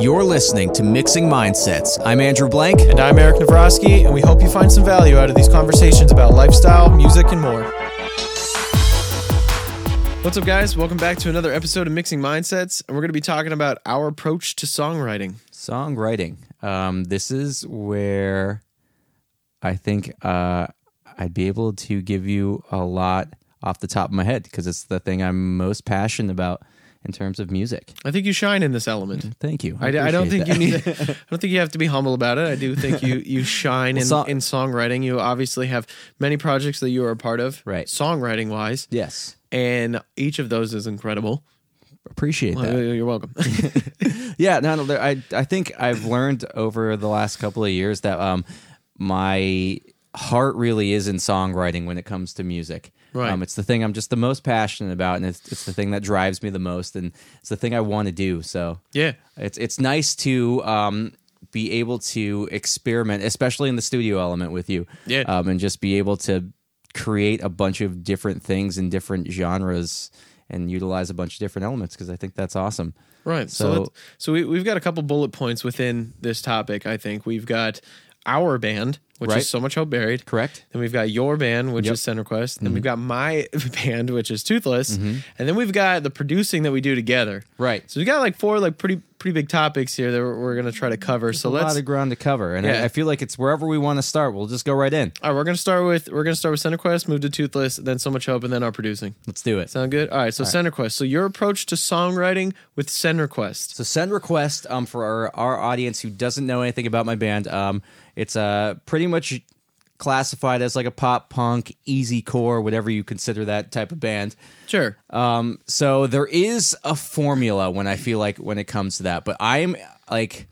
You're listening to Mixing Mindsets. I'm Andrew Blank. And I'm Eric Navrosky, and we hope you find some value out of these conversations about lifestyle, music, and more. What's up, guys? Welcome back to another episode of Mixing Mindsets, and we're going to be talking about our approach to songwriting. Songwriting. Um, this is where I think uh, I'd be able to give you a lot off the top of my head because it's the thing I'm most passionate about in terms of music. I think you shine in this element. Thank you. I, d- I don't think appreciate you need. I don't think you have to be humble about it. I do think you you shine in, song- in songwriting. You obviously have many projects that you are a part of, Right. Songwriting wise, that. Yes, and each of those is incredible. appreciate Well, that. You're welcome. yeah, no, no, there- I I think I've learned over the last couple of years that um my heart really is in songwriting when it comes to music. Right. Um, it's the thing I'm just the most passionate about, and it's it's the thing that drives me the most, and it's the thing I want to do. So yeah, it's it's nice to um be able to experiment, especially in the studio element with you. Yeah. Um, and just be able to create a bunch of different things in different genres and utilize a bunch of different elements because I think that's awesome. Right. So, So- let's- so we, we've got a couple bullet points within this topic. I think we've got our band, which Right. is so much out buried. Correct. Then we've got your band, which Yep. Mm-hmm. is Send Request. Then we've got my band, which is Toothless. And then we've got the producing that we do together. Right. So we've got like four like pretty pretty big topics here that we're, we're gonna try to cover. So a let's lot of ground to cover, and I- I, Yeah. feel like it's wherever we want to start. We'll just go right in. all right, we're gonna start with we're gonna start with Send Request, move to Toothless, then so much hope, and then our producing. Let's do it. So, Sound good? All right, so Send Request. So your approach to songwriting with Send Request. send request um, for our, our audience who doesn't know anything about my band. Um, it's uh, pretty much classified as like a pop punk, easy core, whatever you consider that type of band. Sure. Um, so there is a formula when I feel like when it comes to that, but I'm like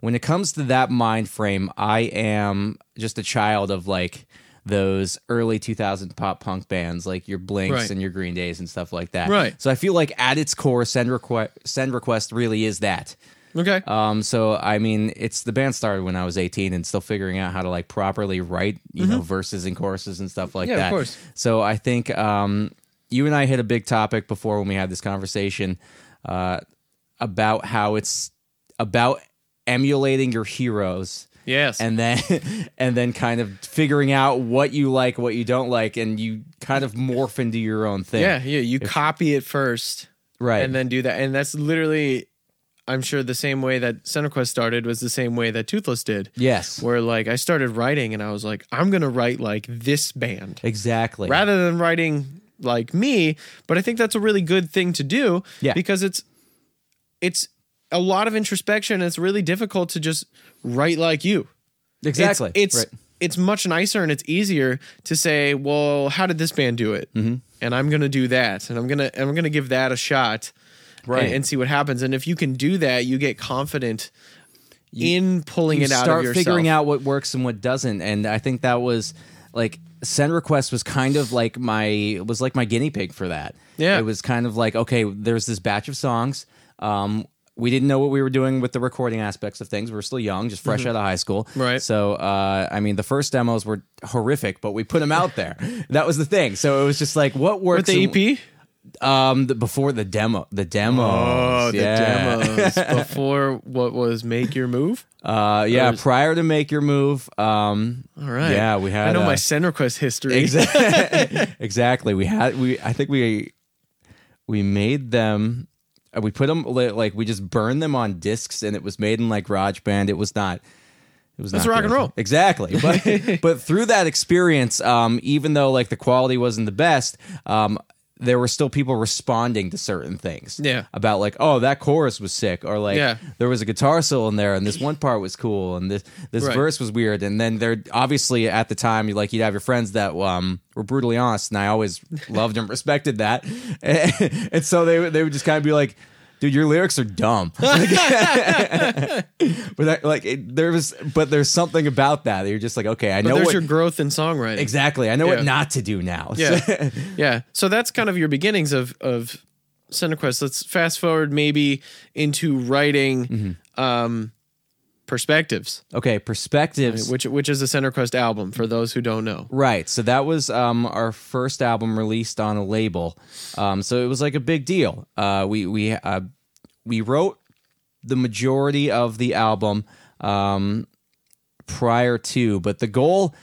when it comes to that mind frame, I am just a child of like those early 2000 pop punk bands like your Blinks Right. and your Green Days and stuff like that. Right. So I feel like at its core, send request send request really is that. Okay. Um, so I mean, it's the band started when I was 18 and still figuring out how to like properly write, you know, verses and choruses and stuff like Mm-hmm. Yeah, that. of course. So I think um, you and I hit a big topic before when we had this conversation uh, about how it's about emulating your heroes. yes. And then, and then, kind of figuring out what you like, what you don't like, and you kind of morph into your own thing. Yeah, yeah. You copy it first, right. and then do that, and that's literally, I'm sure, the same way that CenterQuest started was the same way that Toothless did. yes, Where like I started writing, and I was like, I'm gonna write like this band exactly. rather than writing like me. But I think that's a really good thing to do. Yeah. Because it's, it's a lot of introspection. And it's really difficult to just write like you. It's- exactly. It's Right. it's, much nicer and it's easier to say, well, how did this band do it? Mm-hmm. And I'm gonna do that, and I'm gonna and I'm gonna give that a shot, Right. And, and see what happens. And if you can do that, you get confident in pulling you it out start of yourself. figuring out what works and what doesn't and i think that was like send request was kind of like my was like my guinea pig for that Yeah. it was kind of like okay there's this batch of songs um we didn't know what we were doing with the recording aspects of things. We were still young, just fresh out of high school. Mm-hmm. Right. So, uh, I mean, the first demos were horrific, but we put them out there. that was the thing. So it was just like, what works? with the E and- EP. Um, the, before the demo, the demos. Oh, the yeah. demos before what was Make Your Move. Uh, yeah. Those- Prior to make your move. Um, All right. Yeah, we had. I know uh, my send request history. Exactly. exactly. We had we I think we we made them uh, we put them li- like we just burned them on discs and it was made in like GarageBand. It was not it was That's not rock good. and roll. Exactly. But but through that experience um even though like the quality wasn't the best um there were still people responding to certain things. Yeah. About like, oh, that chorus was sick, or like, Yeah. there was a guitar solo in there, and this one part was cool, and this this Right. verse this was weird. And then there, obviously, at the time, you like you'd have your friends that um were brutally honest, and I always loved and respected that. And, so they would- they would just kind of be like, "Dude, your lyrics are dumb." but I, like it, there was, but there's something about that. that You're just like, okay, I But know there's what your growth in songwriting. exactly. I know Yeah. what not to do now. Yeah. yeah. So that's kind of your beginnings of of CenterQuest. Let's fast forward maybe into writing Mm-hmm. um perspectives, okay, perspectives. which which is a CenterQuest album for those who don't know. Right. So that was um, our first album released on a label. Um, so it was like a big deal. Uh, we we uh, we wrote the majority of the album um, prior to, but the goal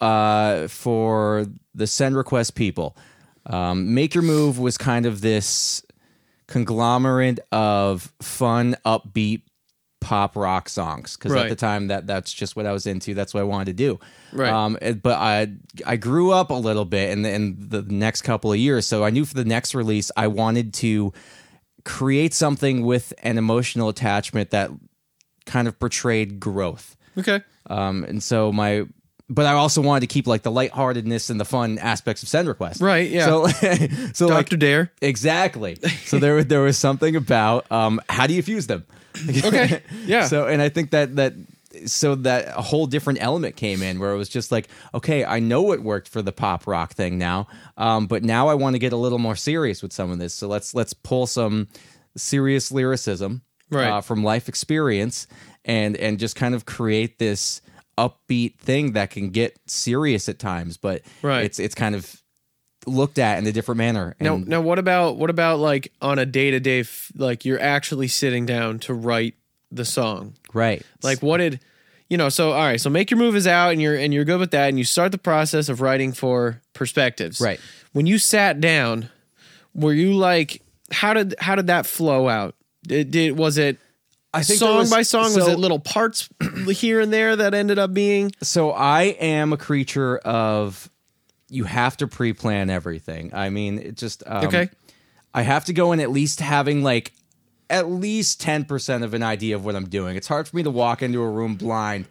uh, for the send request people, um, Make Your Move was kind of this conglomerate of fun, upbeat pop rock songs because at Right. the time that that's just what I was into. That's what I wanted to do. Right. Um, it- but I I grew up a little bit in the, in the next couple of years, so I knew for the next release I wanted to create something with an emotional attachment that kind of portrayed growth. Okay. Um, and so my, but I also wanted to keep like the lightheartedness and the fun aspects of Send Request. Right, yeah. So, so like Dr. Dare. exactly. So there, there was something about um, how do you fuse them? Okay. Yeah. So, and I think that that so that a whole different element came in where it was just like, okay, I know it worked for the pop rock thing now, um, but now I want to get a little more serious with some of this. So let's let's pull some serious lyricism Right. uh, from life experience and and just kind of create this upbeat thing that can get serious at times, but Right. it's it's kind of looked at in a different manner. Now, And- now, what about what about like on a day to day, like you're actually sitting down to write the song? right. Like, what did you know? So, all right, so make your move is out, and you're and you're good with that, and you start the process of writing for perspectives. Right. When you sat down, were you like, how did how did that flow out? Did, did was it I think song there was- by song? was so- Um, it little parts here and there that ended up being So I am a creature of you have to pre-plan everything. I mean, it just um, Okay. I have to go in at least having like at least ten percent of an idea of what I'm doing. It's hard for me to walk into a room blind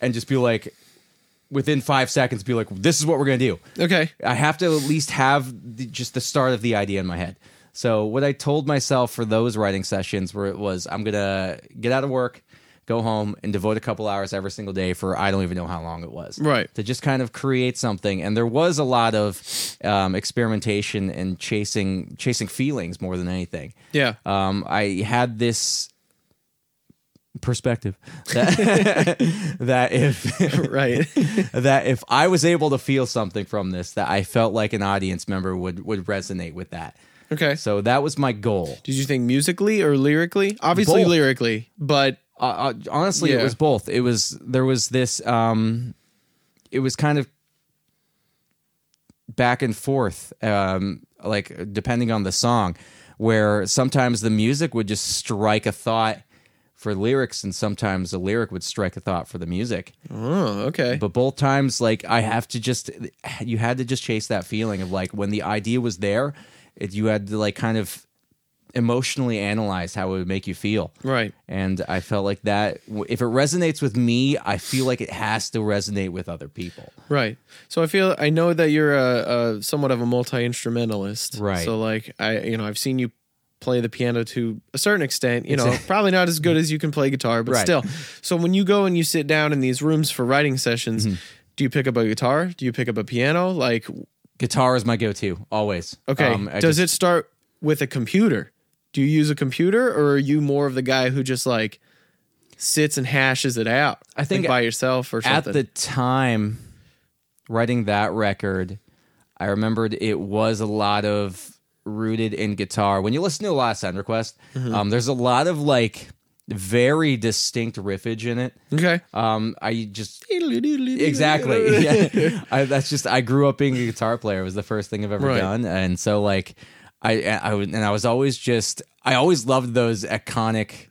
and just be like, within five seconds, be like, "This is what we're gonna do." okay? I have to at least have the, just the start of the idea in my head. So what I told myself for those writing sessions where it was I'm gonna get out of work, go home, and devote a couple hours every single day for I don't even know how long it was. Right. To just kind of create something, and there was a lot of um, experimentation and chasing chasing feelings more than anything. Yeah. Um, I had this perspective that, that if right. that if I was able to feel something from this, that I felt like an audience member would would resonate with that. okay. So that was my goal. Did you think musically or lyrically? Obviously Both. lyrically, but Uh, uh, honestly, it Yeah. was both. It was there was this. Um, it was kind of back and forth, um, like depending on the song, where sometimes the music would just strike a thought for lyrics, and sometimes a lyric would strike a thought for the music. oh, okay. But both times, like I have to just, you had to just chase that feeling of like when the idea was there, it, you had to like kind of emotionally analyze how it would make you feel. right. And I felt like that if it resonates with me, I feel like it has to resonate with other people. Right. So I feel I know that you're a, a somewhat of a multi instrumentalist. Right. So like I you know I've seen you play the piano to a certain extent. You know probably not as good as you can play guitar, but Right. still. So when you go and you sit down in these rooms for writing sessions, Mm-hmm. do you pick up a guitar? Do you pick up a piano? Like Guitar is my go-to always. okay, Um, I does just- it start with a computer? Do you use a computer, or are you more of the guy who just like sits and hashes it out? I think by yourself or at something. the time writing that record? I remembered it was a lot of rooted in guitar. When you listen to a lot of Sound Request, um, there's a lot of like very distinct riffage in it. okay. Um, I just exactly. Yeah. I, that's just I grew up being a guitar player. It was the first thing I've ever Right. done, and so like I I was- and I was always just I always loved those iconic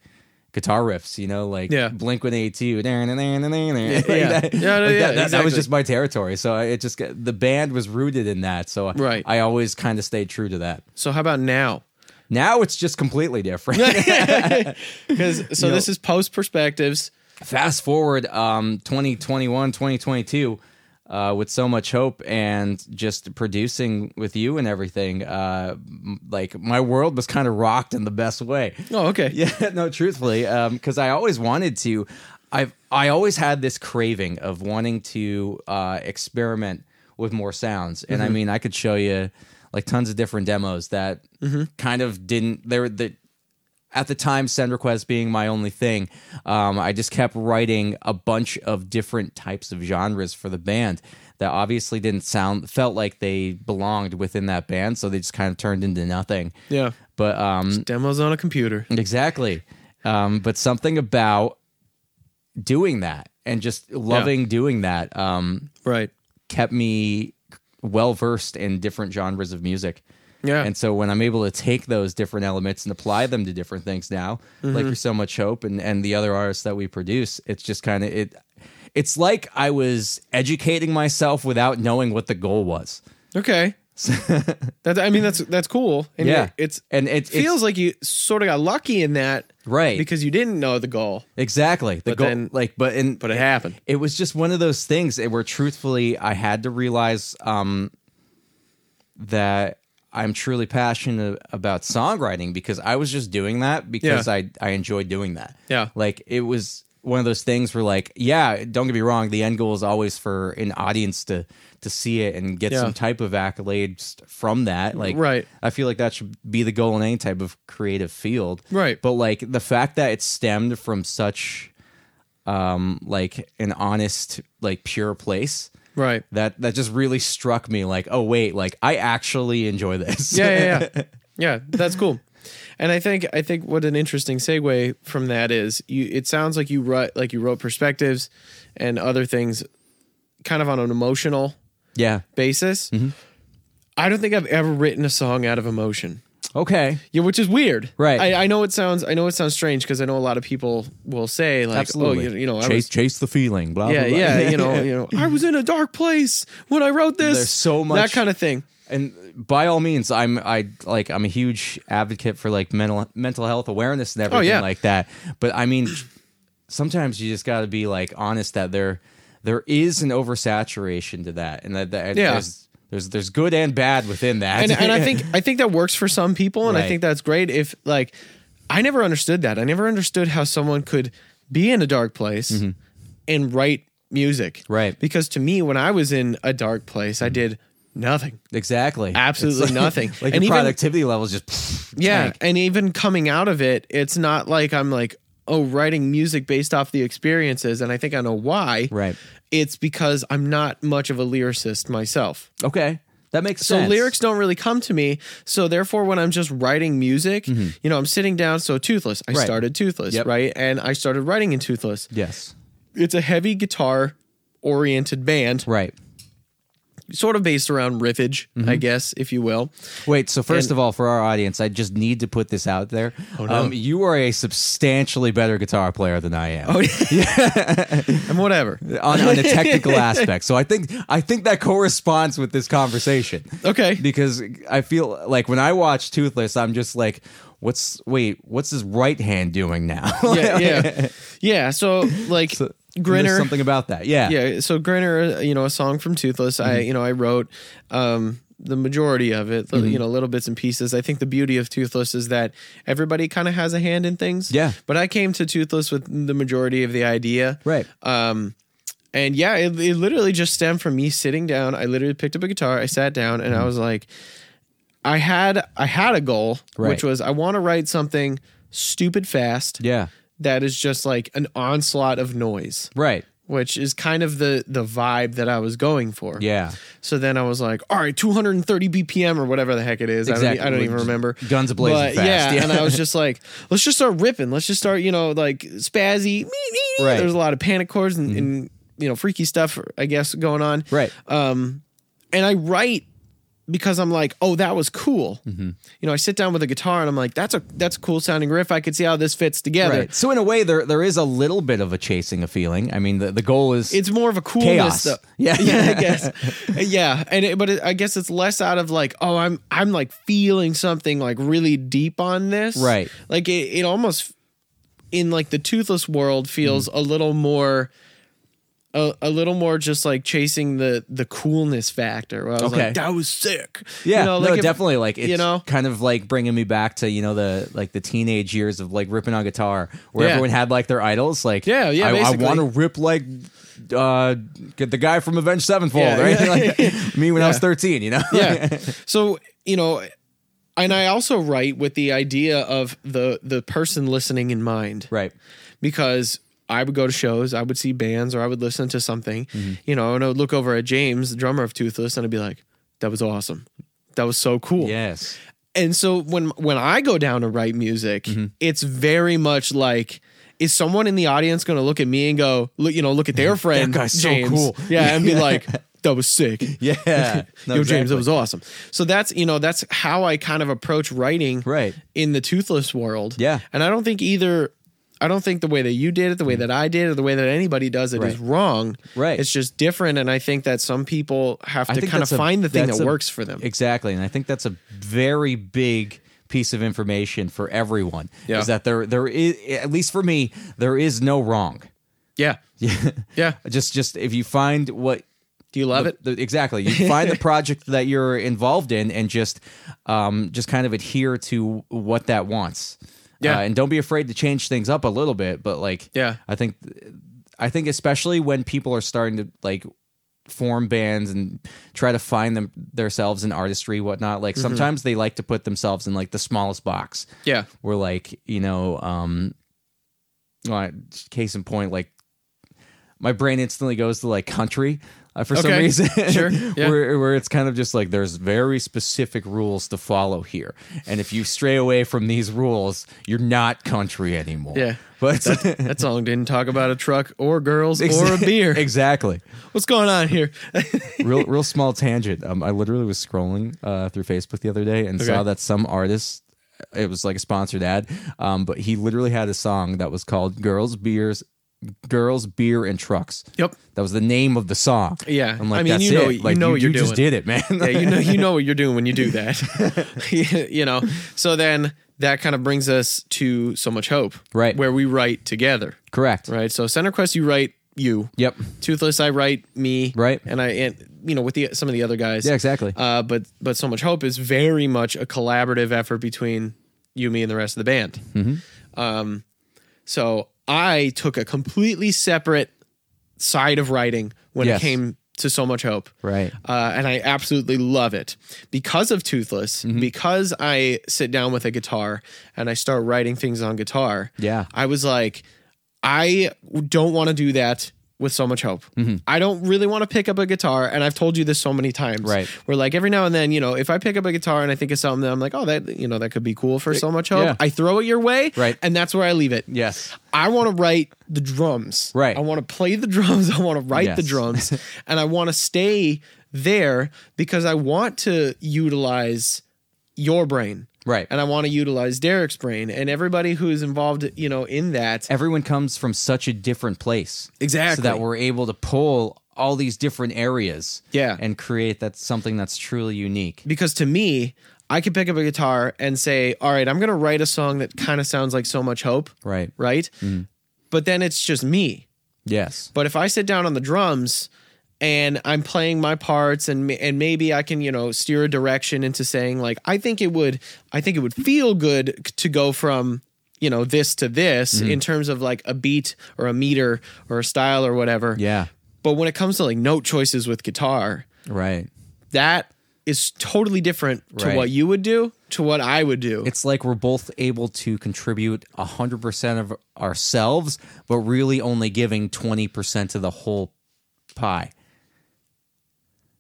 guitar riffs. You know, like Yeah. Blink One Eighty Two. Yeah, yeah, Yeah. that, Yeah, no, like that, that- yeah, that was exactly. just my territory. So I, it just got- the band was rooted in that. So Right. I always kind of stayed true to that. So how about now? Now it's just completely different. Because so this is post perspectives. fast forward um 2021 2022 uh, with so much hope and just producing with you and everything uh m- like my world was kind of rocked in the best way Oh, okay. yeah no truthfully um because i always wanted to i've i always had this craving of wanting to uh experiment with more sounds and i mean i could show you like tons of different demos that kind of didn't they were that at the time send requests being my only thing um, i just kept writing a bunch of different types of genres for the band that obviously didn't sound felt like they belonged within that band so they just kind of turned into nothing Yeah. but um Demos on a computer. Exactly. um, but something about doing that and just loving doing that um, Right. kept me well versed in different genres of music. Yeah. And so when I'm able to take those different elements and apply them to different things now, Mm-hmm. like for so much hope and and the other artists that we produce, it's just kind of it. It's like I was educating myself without knowing what the goal was. okay. that I mean that's that's cool. And Yeah. It's And it feels it's, like you sort of got lucky in that right because you didn't know the goal, exactly the but goal. then- like, but and but it happened. it was just one of those things where truthfully i had to realize um, that i'm truly passionate about songwriting because i was just doing that because Yeah. i i enjoyed doing that Yeah. like it was one of those things where like yeah don't get me wrong the end goal is always for an audience to to see it and get Yeah. some type of accolades from that like Right. i feel like that should be the goal in any type of creative field Right. but like the fact that it stemmed from such um like an honest like pure place Right. that that just really struck me like oh wait like i actually enjoy this yeah, yeah, yeah. yeah, that's cool. And I think I think what an interesting segue from that is you. It sounds like you write like you wrote perspectives and other things, kind of on an emotional yeah basis. Mm-hmm. I don't think I've ever written a song out of emotion. okay Yeah, which is weird, Right. I, I know it sounds I know it sounds strange because I know a lot of people will say like, absolutely oh, you, you know, I chase was, chase the feeling blah yeah, blah, blah. yeah, you know, you know, I was in a dark place when I wrote this. There's so much- that kind of thing. and by all means i'm i like i'm a huge advocate for like mental mental health awareness and everything Oh, yeah. like that but i mean sometimes you just got to be like honest that there there is an oversaturation to that and that, that Yeah. there's, there's there's good and bad within that and, and I think I think that works for some people, and I Right. think that's great. If like, I never understood that. I never understood how someone could be in a dark place and write music, Mm-hmm. Right. Mm-hmm. Because to me, when I was in a dark place, I did nothing. exactly Absolutely It's like- nothing. like And your even- productivity levels just Yeah, tank. and even coming out of it, it's not like I'm like oh writing music based off the experiences, and I think I know why. Right. It's because I'm not much of a lyricist myself. okay that makes So sense lyrics don't really come to me. So therefore, when I'm just writing music, you know, I'm sitting down. So Toothless, I Mm-hmm. Right. started Toothless, Yep. right? And I started writing in Toothless. yes It's a heavy guitar oriented band, right sort of based around riffage, Mm-hmm. I guess, if you will. Wait, so first of all, for our audience, I just need to put this out there. Oh, um, you are a substantially better guitar player than I Oh, am And whatever. on, on a technical aspect. So I think I think that corresponds with this conversation. Okay. Because I feel like when I watch Toothless, I'm just like, what's wait, what's his right hand doing now? Yeah, yeah, yeah. So like There's Grinner, something about that. Yeah. yeah. So Grinner, you know, a song from Toothless. I, Mm-hmm. you know, I wrote um, the majority of it. Mm-hmm. li- You know, little bits and pieces. I think the beauty of Toothless is that everybody kind of has a hand in things. Yeah. But I came to Toothless with the majority of the idea. Right. Um, and yeah, it, it literally just stemmed from me sitting down. I literally picked up a guitar. I sat down and I Mm-hmm. was like, I had I had a goal, Right. which was I want to write something stupid fast yeah. that is just like an onslaught of noise Right. which is kind of the the vibe that I was going for. Yeah. So then I was like, all right, 230 BPM or whatever the heck it is. Exactly. I, don't, I don't even remember. Guns ablazing But fast. Yeah, Yeah. And I was just like, let's just start ripping. Let's just start, you know, like spazzy. me, me, me. Right. Mm-hmm. There's a lot of panic chords and, and, you know, freaky stuff, I guess, going on. Right. uh, And I write because I'm like, oh, that was cool. Mm-hmm. You know, I sit down with a guitar and I'm like, that's a that's a cool sounding riff. I could see how this fits together. right. So in a way, there there is a little bit of a chasing a feeling. I mean, the, the goal is It's more of a coolness. chaos. Though. Yeah. yeah, I guess. Yeah, and it, but it, I guess it's less out of like, oh, I'm I'm like feeling something like really deep on this, Right. Like it, it almost in like the toothless world feels Mm-hmm. a little more. A, a little more just like chasing the the coolness factor. where I was Okay. like, that was sick. Yeah, You know, no, if- definitely. Like it's you know? kind of like bringing me back to you know the like the teenage years of like ripping on guitar, where Yeah. everyone had like their idols. Like Yeah, yeah, I, I basically. want to rip like uh get the guy from Avenged Sevenfold Yeah, or anything yeah. like that. me when I was thirteen. You know, yeah. So you know, and I also write with the idea of the the person listening in mind, right, because I would go to shows, I would see bands, or I would listen to something, Mm-hmm. you know, and I would look over at James, the drummer of Toothless, and I'd be like, that was awesome. That was so cool. yes, and so when when I go down to write music, Mm-hmm. it's very much like is someone in the audience going to look at me and go, look, you know, look at their friend guy's so James. cool. Yeah, and be like, that was sick. Yeah. No, Yo, exactly. James, oh. that was awesome. So that's you know that's how I kind of approach writing, Right. In the toothless world, Yeah. Mm. And I don't think either, I don't think the way that you did it, the way that I did it, or the way that anybody does it is Right. wrong. Right. It's just different, and I think that some people have I to think kind of that's a- find the thing that's that a- works for them. Exactly, and I think that's a very big piece of information for everyone. Yeah. Is that there there is at least for me there is no wrong. yeah, Yeah. yeah. just just if you find what Do you love it? the, exactly you find the project that you're involved in and just um just kind of adhere to what that wants. Yeah. Uh, and don't be afraid to change things up a little bit, but like Yeah. I think I think especially when people are starting to like form bands and try to find them themselves in artistry whatnot like sometimes they like to put themselves in like the smallest box Mm-hmm. Yeah, where like you know um well, I- case in point like my brain instantly goes to like country uh, for some Okay. reason Sure. Yeah. where, where it's kind of just like there's very specific rules to follow here and if you stray away from these rules you're not country anymore Yeah. but that song didn't talk about a truck or girls or a Exa- beer. exactly What's going on here? real real small tangent. Um, I literally was scrolling uh, through Facebook the other day and saw Okay. that some artist. It was like a sponsored ad, um, but he literally had a song that was called "Girls, Beers, Girls, Beer, and Trucks." Yep. that was the name of the song. Yeah. I'm like, I mean, that's you know- it. you like, know what you you're just doing. did it, man. yeah, you know, you know what you're doing when you do that. you know, so then that kind of brings us to so much hope, Right. Where we write together, correct. right? So center quest, you write you, Yep. Toothless, I write me, Right. And I and you know with the some of the other guys, Yeah, exactly. Uh, but but so much hope is very much a collaborative effort between you, me, and the rest of the band. Um, Mm-hmm. so I took a completely separate side of writing when Yes. it came to so much hope, Right. uh, and I absolutely love it because of Toothless. Mm-hmm. Because I sit down with a guitar and I start writing things on guitar. Yeah. I was like, I don't want to do that with so much hope. Mm-hmm. I don't really want to pick up a guitar, and I've told you this so many times. Right. where like every now and then, you know, if I pick up a guitar and I think of something that I'm like, oh, that you know, that could be cool for so much hope. yeah. I throw it your way, Right. and that's where I leave it. Yes. I want to write the drums. Right. I want to play the drums. I want to write the Yes. drums. and I want to stay there because I want to utilize your brain. Right. And I want to utilize Derek's brain and everybody who's involved, you know, in that. Everyone comes from such a different place, Exactly. so that we're able to pull all these different areas, Yeah. and create that something that's truly unique. because to me, I could pick up a guitar and say, all right, I'm going to write a song that kind of sounds like So Much Hope. Right. Right. Mm-hmm. But then it's just me. Yes. But if I sit down on the drums and I'm playing my parts and and maybe I can, you know, steer a direction into saying like I think it would I think it would feel good to go from, you know, this to this Mm-hmm. in terms of like a beat or a meter or a style or whatever. Yeah. But when it comes to like note choices with guitar, Right. that is totally different to Right. what you would do to what I would do. It's like we're both able to contribute 100% of ourselves, but really only giving 20% of the whole pie.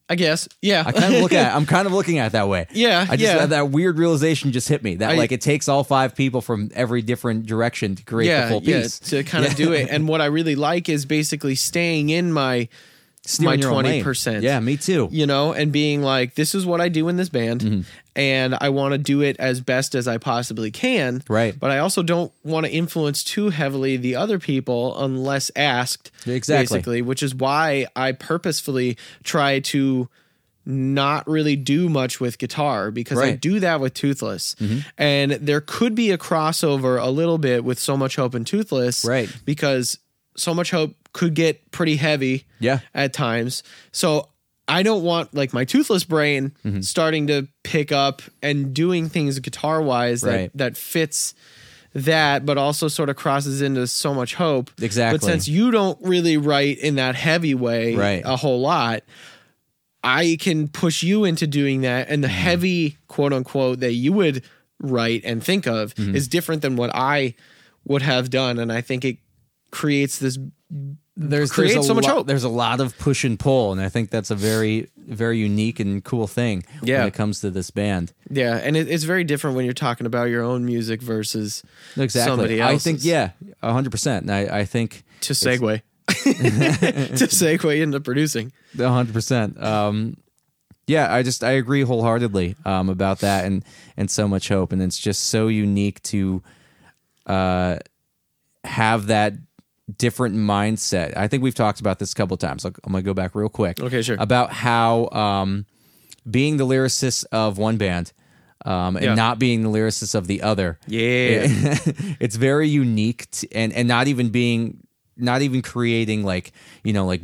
I guess. Yeah. I kind of look at I'm kind of looking at it that way. Yeah, I just yeah. that weird realization just hit me that I- like it takes all five people from every different direction to create the full piece. to kind of do it. And what I really like is basically staying in my Steer in my your own lane. 20%. Yeah, me too. you know, and being like, this is what I do in this band, Mm-hmm. and I want to do it as best as I possibly can. Right. But I also don't want to influence too heavily the other people unless asked. Exactly. Basically, which is why I purposefully try to not really do much with guitar because I Right. Mm-hmm. do that with Toothless. And there could be a crossover a little bit with So Much Hope and Toothless. Right. Because So Much Hope could get pretty heavy Yeah. at times. So I don't want like my toothless brain Mm-hmm. starting to pick up and doing things guitar wise that Right. that fits that, but also sort of crosses into so much hope. Exactly. But since you don't really write in that heavy way Right. a whole lot, I can push you into doing that. And the Mm-hmm. heavy quote unquote that you would Mm-hmm. write and think of is different than what I would have done. And I think it creates this there's creates there's a so much lo- hope. There's a lot of push and pull, and I think that's a very very unique and cool thing Yeah. when it comes to this band. yeah and it, it's very different when you're talking about your own music versus Exactly. somebody I else's think yeah, hundred percent. And I I think to segue to segue into producing hundred percent. Um, yeah, I just I agree wholeheartedly um, about that, and and so much hope, and it's just so unique to uh, have that different mindset. I think we've talked about this a couple times. I'll- I'm gonna go back real quick. Okay, sure. About how um, being the lyricist of one band. Um, and Yeah. not being the lyricist of the other. Yeah. it's very unique t- and and not even being not even creating like you know like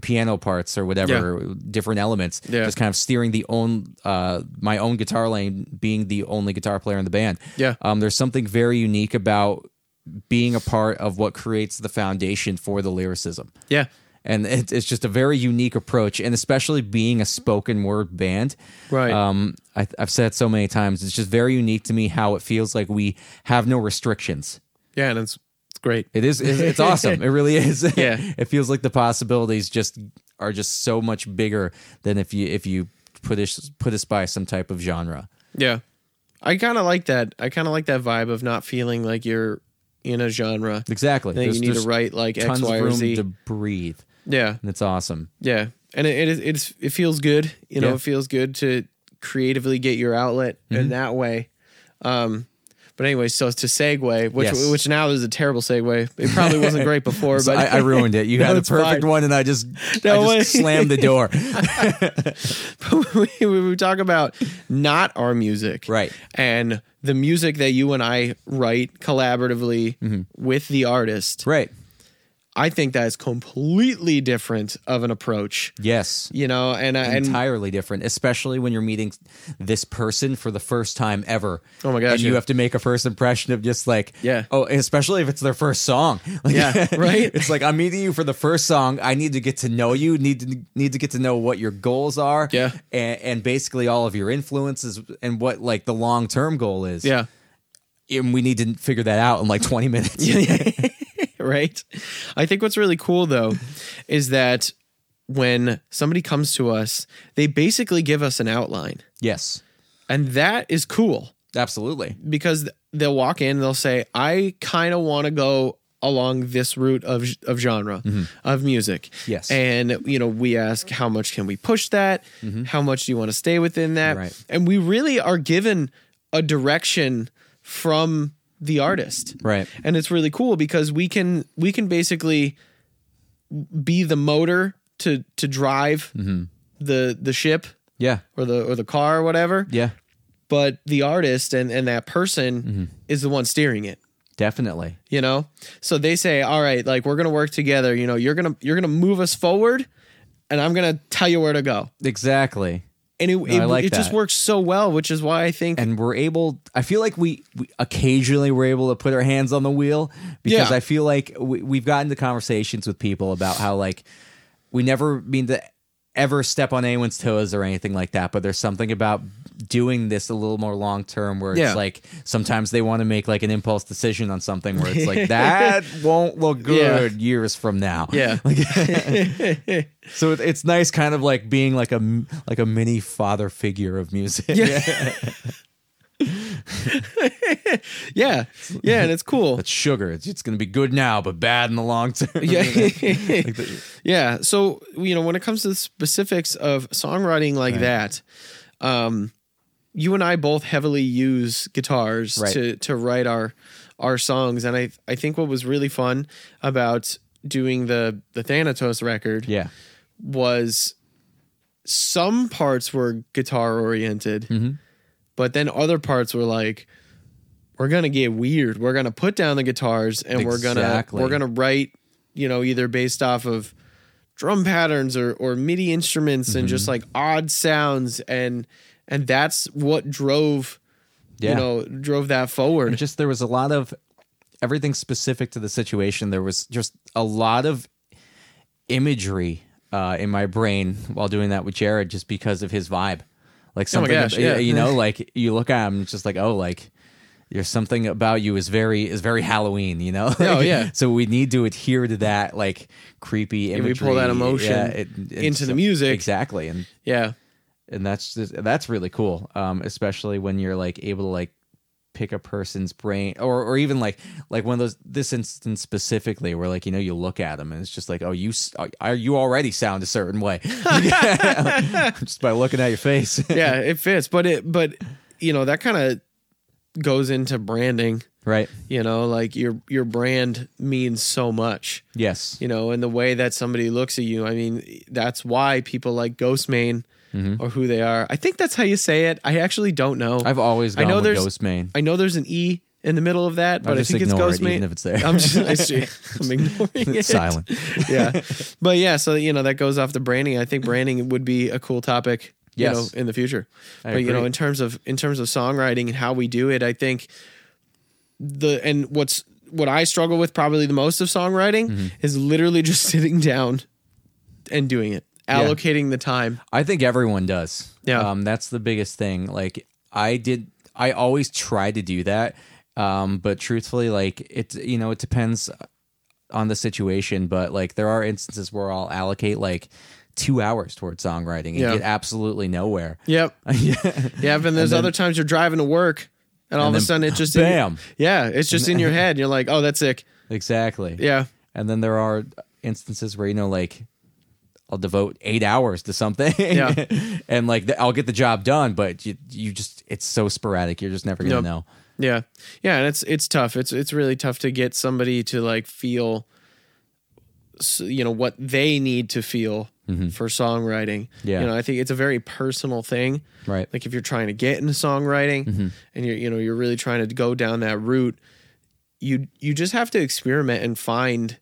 piano parts or whatever different elements Yeah. just kind of steering the own uh my own guitar lane being the only guitar player in the band Yeah. um there's something very unique about being a part of what creates the foundation for the lyricism yeah and it, it's just a very unique approach and especially being a spoken word band Right. um I, i've said it so many times it's just very unique to me how it feels like we have no restrictions yeah and it's it's great it is it's, it's awesome it really is Yeah. it feels like the possibilities just are just so much bigger than if you if you put us put us by some type of genre Yeah. I kind of like that. I kind of like that vibe of not feeling like you're in a genre. exactly That you There's need to just write like X, tons Y, of or room Z. to breathe yeah, and it's awesome yeah, and it, it is. It's it feels good. You Yeah. know, Mm-hmm. it feels good to creatively get your outlet in that way. Um, but anyway, so to segue, which Yes. which now is a terrible segue. It probably wasn't great before, So but I, I ruined it. You No, had a it's perfect fine. one, and I just, No I way. just slammed the door. we, we would talk about not our music. Right. And the music that you and I write collaboratively with the artist. Mm-hmm. right? I think that is completely different of an approach. Yes. You know, and I and entirely different, especially when you're meeting this person for the first time ever. Oh my gosh, And you yeah. have to make a first impression of just like Yeah. Oh, especially if it's their first song. Like, Yeah, right? It's like I'm meeting you for the first song. I need to get to know you. Need to need to get to know what your goals are. Yeah. And, and basically all of your influences and what like the long term goal is. yeah, And we need to figure that out in like 20 minutes. right. I think what's really cool though is that when somebody comes to us, they basically give us an outline. yes. And that is cool Absolutely. because they'll walk in, they'll say, "I kind of want to go along this route of of genre of music." Mm-hmm. Yes. and you know we ask how much can we push that how much do you want to stay within that Mm-hmm. Right. and we really are given a direction from the artist Right. and it's really cool because we can we can basically be the motor to to drive Mm-hmm. the the ship Yeah. or the or the car or whatever Yeah. but the artist and and that person Mm-hmm. is the one steering it Definitely. you know so they say all right like we're gonna work together you know you're gonna you're gonna move us forward and i'm gonna tell you where to go Exactly. and it, it, I like it just that. works so well which is why i think and we're able i feel like we, we occasionally were able to put our hands on the wheel because Yeah. i feel like we, we've gotten to conversations with people about how like we never mean to ever step on anyone's toes or anything like that but there's something about doing this a little more long term where Yeah. it's like sometimes they want to make like an impulse decision on something where it's like that won't look good years from now yeah so it, it's nice kind of like being like a m- like a mini father figure of music yeah yeah and it's cool It's sugar. It's, it's going to be good now, but bad in the long term. yeah Like the- yeah so you know when it comes to the specifics of songwriting like that um you and i both heavily use guitars Right. to to write our our songs and i i think what was really fun about doing the the thanatos record yeah. was some parts were guitar oriented, Mm-hmm. but then other parts were like, we're gonna get weird. We're gonna put down the guitars and we're gonna Exactly. we're gonna write, you know, either based off of drum patterns or or MIDI instruments and Mm-hmm. just like odd sounds and and that's what drove Yeah. you know drove that forward. Just there was a lot of everything specific to the situation. There was just a lot of imagery uh, in my brain while doing that with Jared just because of his vibe. Like something, Oh gosh, ab- yeah. you know, like you look at him, it's just like, oh, like There's something about you is very is very Halloween, you know. Oh, Like, yeah. So we need to adhere to that like creepy we imagery. pull that emotion into the music. exactly, and Yeah. and that's just, that's really cool um especially when you're like able to like pick a person's brain or or even like like one of those this instance specifically where like you know you look at them and it's just like oh you s- are you already sound a certain way just by looking at your face Yeah, it fits, but it but you know, that kind of goes into branding, right you know, like your your brand means so much, yes you know, and the way that somebody looks at you. I mean, that's why people like Ghostmane or who they are. I think that's how you say it. I actually don't know. Mm-hmm. i've always I gone know with there's- ghost main I know there's an E in the middle of that, but I just think it's ignore it, Ghostmane. even if it's there. I'm just I see- I'm ignoring it. it's silent yeah. But yeah, so you know, that goes off the branding. I think branding would be a cool topic, you Yes. know, in the future. I but you know, agree. in terms of in terms of songwriting and how we do it, I think the and what's what I struggle with probably the most of songwriting Mm-hmm. is literally just sitting down and doing it. Allocating the time. I think everyone does. Yeah. Um, that's the biggest thing. Like I did, I always try to do that. Um, but truthfully, like it, you know, it depends on the situation. But like there are instances where I'll allocate like two hours towards songwriting and Yeah. get absolutely nowhere. Yep. yeah. Yeah, and there's other times you're driving to work and all of a sudden it just in your- bam. yeah, it's just in your head. You're like, oh, that's sick. Exactly. Yeah. And then there are instances where you know, like I'll devote eight hours to something, Yeah. and like I'll get the job done. But you, you just, it's so sporadic. You're just never gonna Yep. know. Yeah. Yeah, and it's it's tough. It's it's really tough to get somebody to like feel s- you know what they need to feel for songwriting. Mm-hmm. Yeah. You know, I think it's a very personal thing. Right. Like if you're trying to get into songwriting Mm-hmm. and you're you know you're really trying to go down that route, you you just have to experiment and find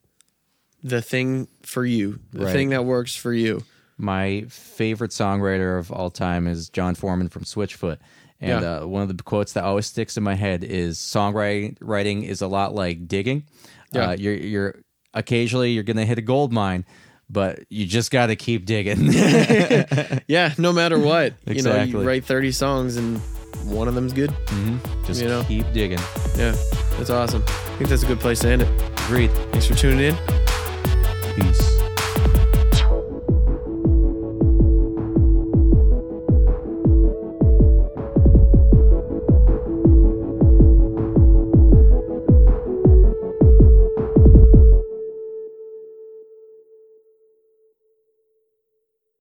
the thing for you, the Right. thing that works for you. my favorite songwriter of all time is John Foreman from Switchfoot. And Yeah. uh, one of the quotes that always sticks in my head is songwriting is a lot like digging. Yeah. Uh, you're, you're occasionally you're going to hit a gold mine, but you just got to keep digging. Mm-hmm. Yeah, no matter what. You know, Exactly. you write 30 songs and one of them's good. just You know. keep digging. Yeah, that's awesome. I think that's a good place to end it. Breathe. Thanks for tuning in. Peace.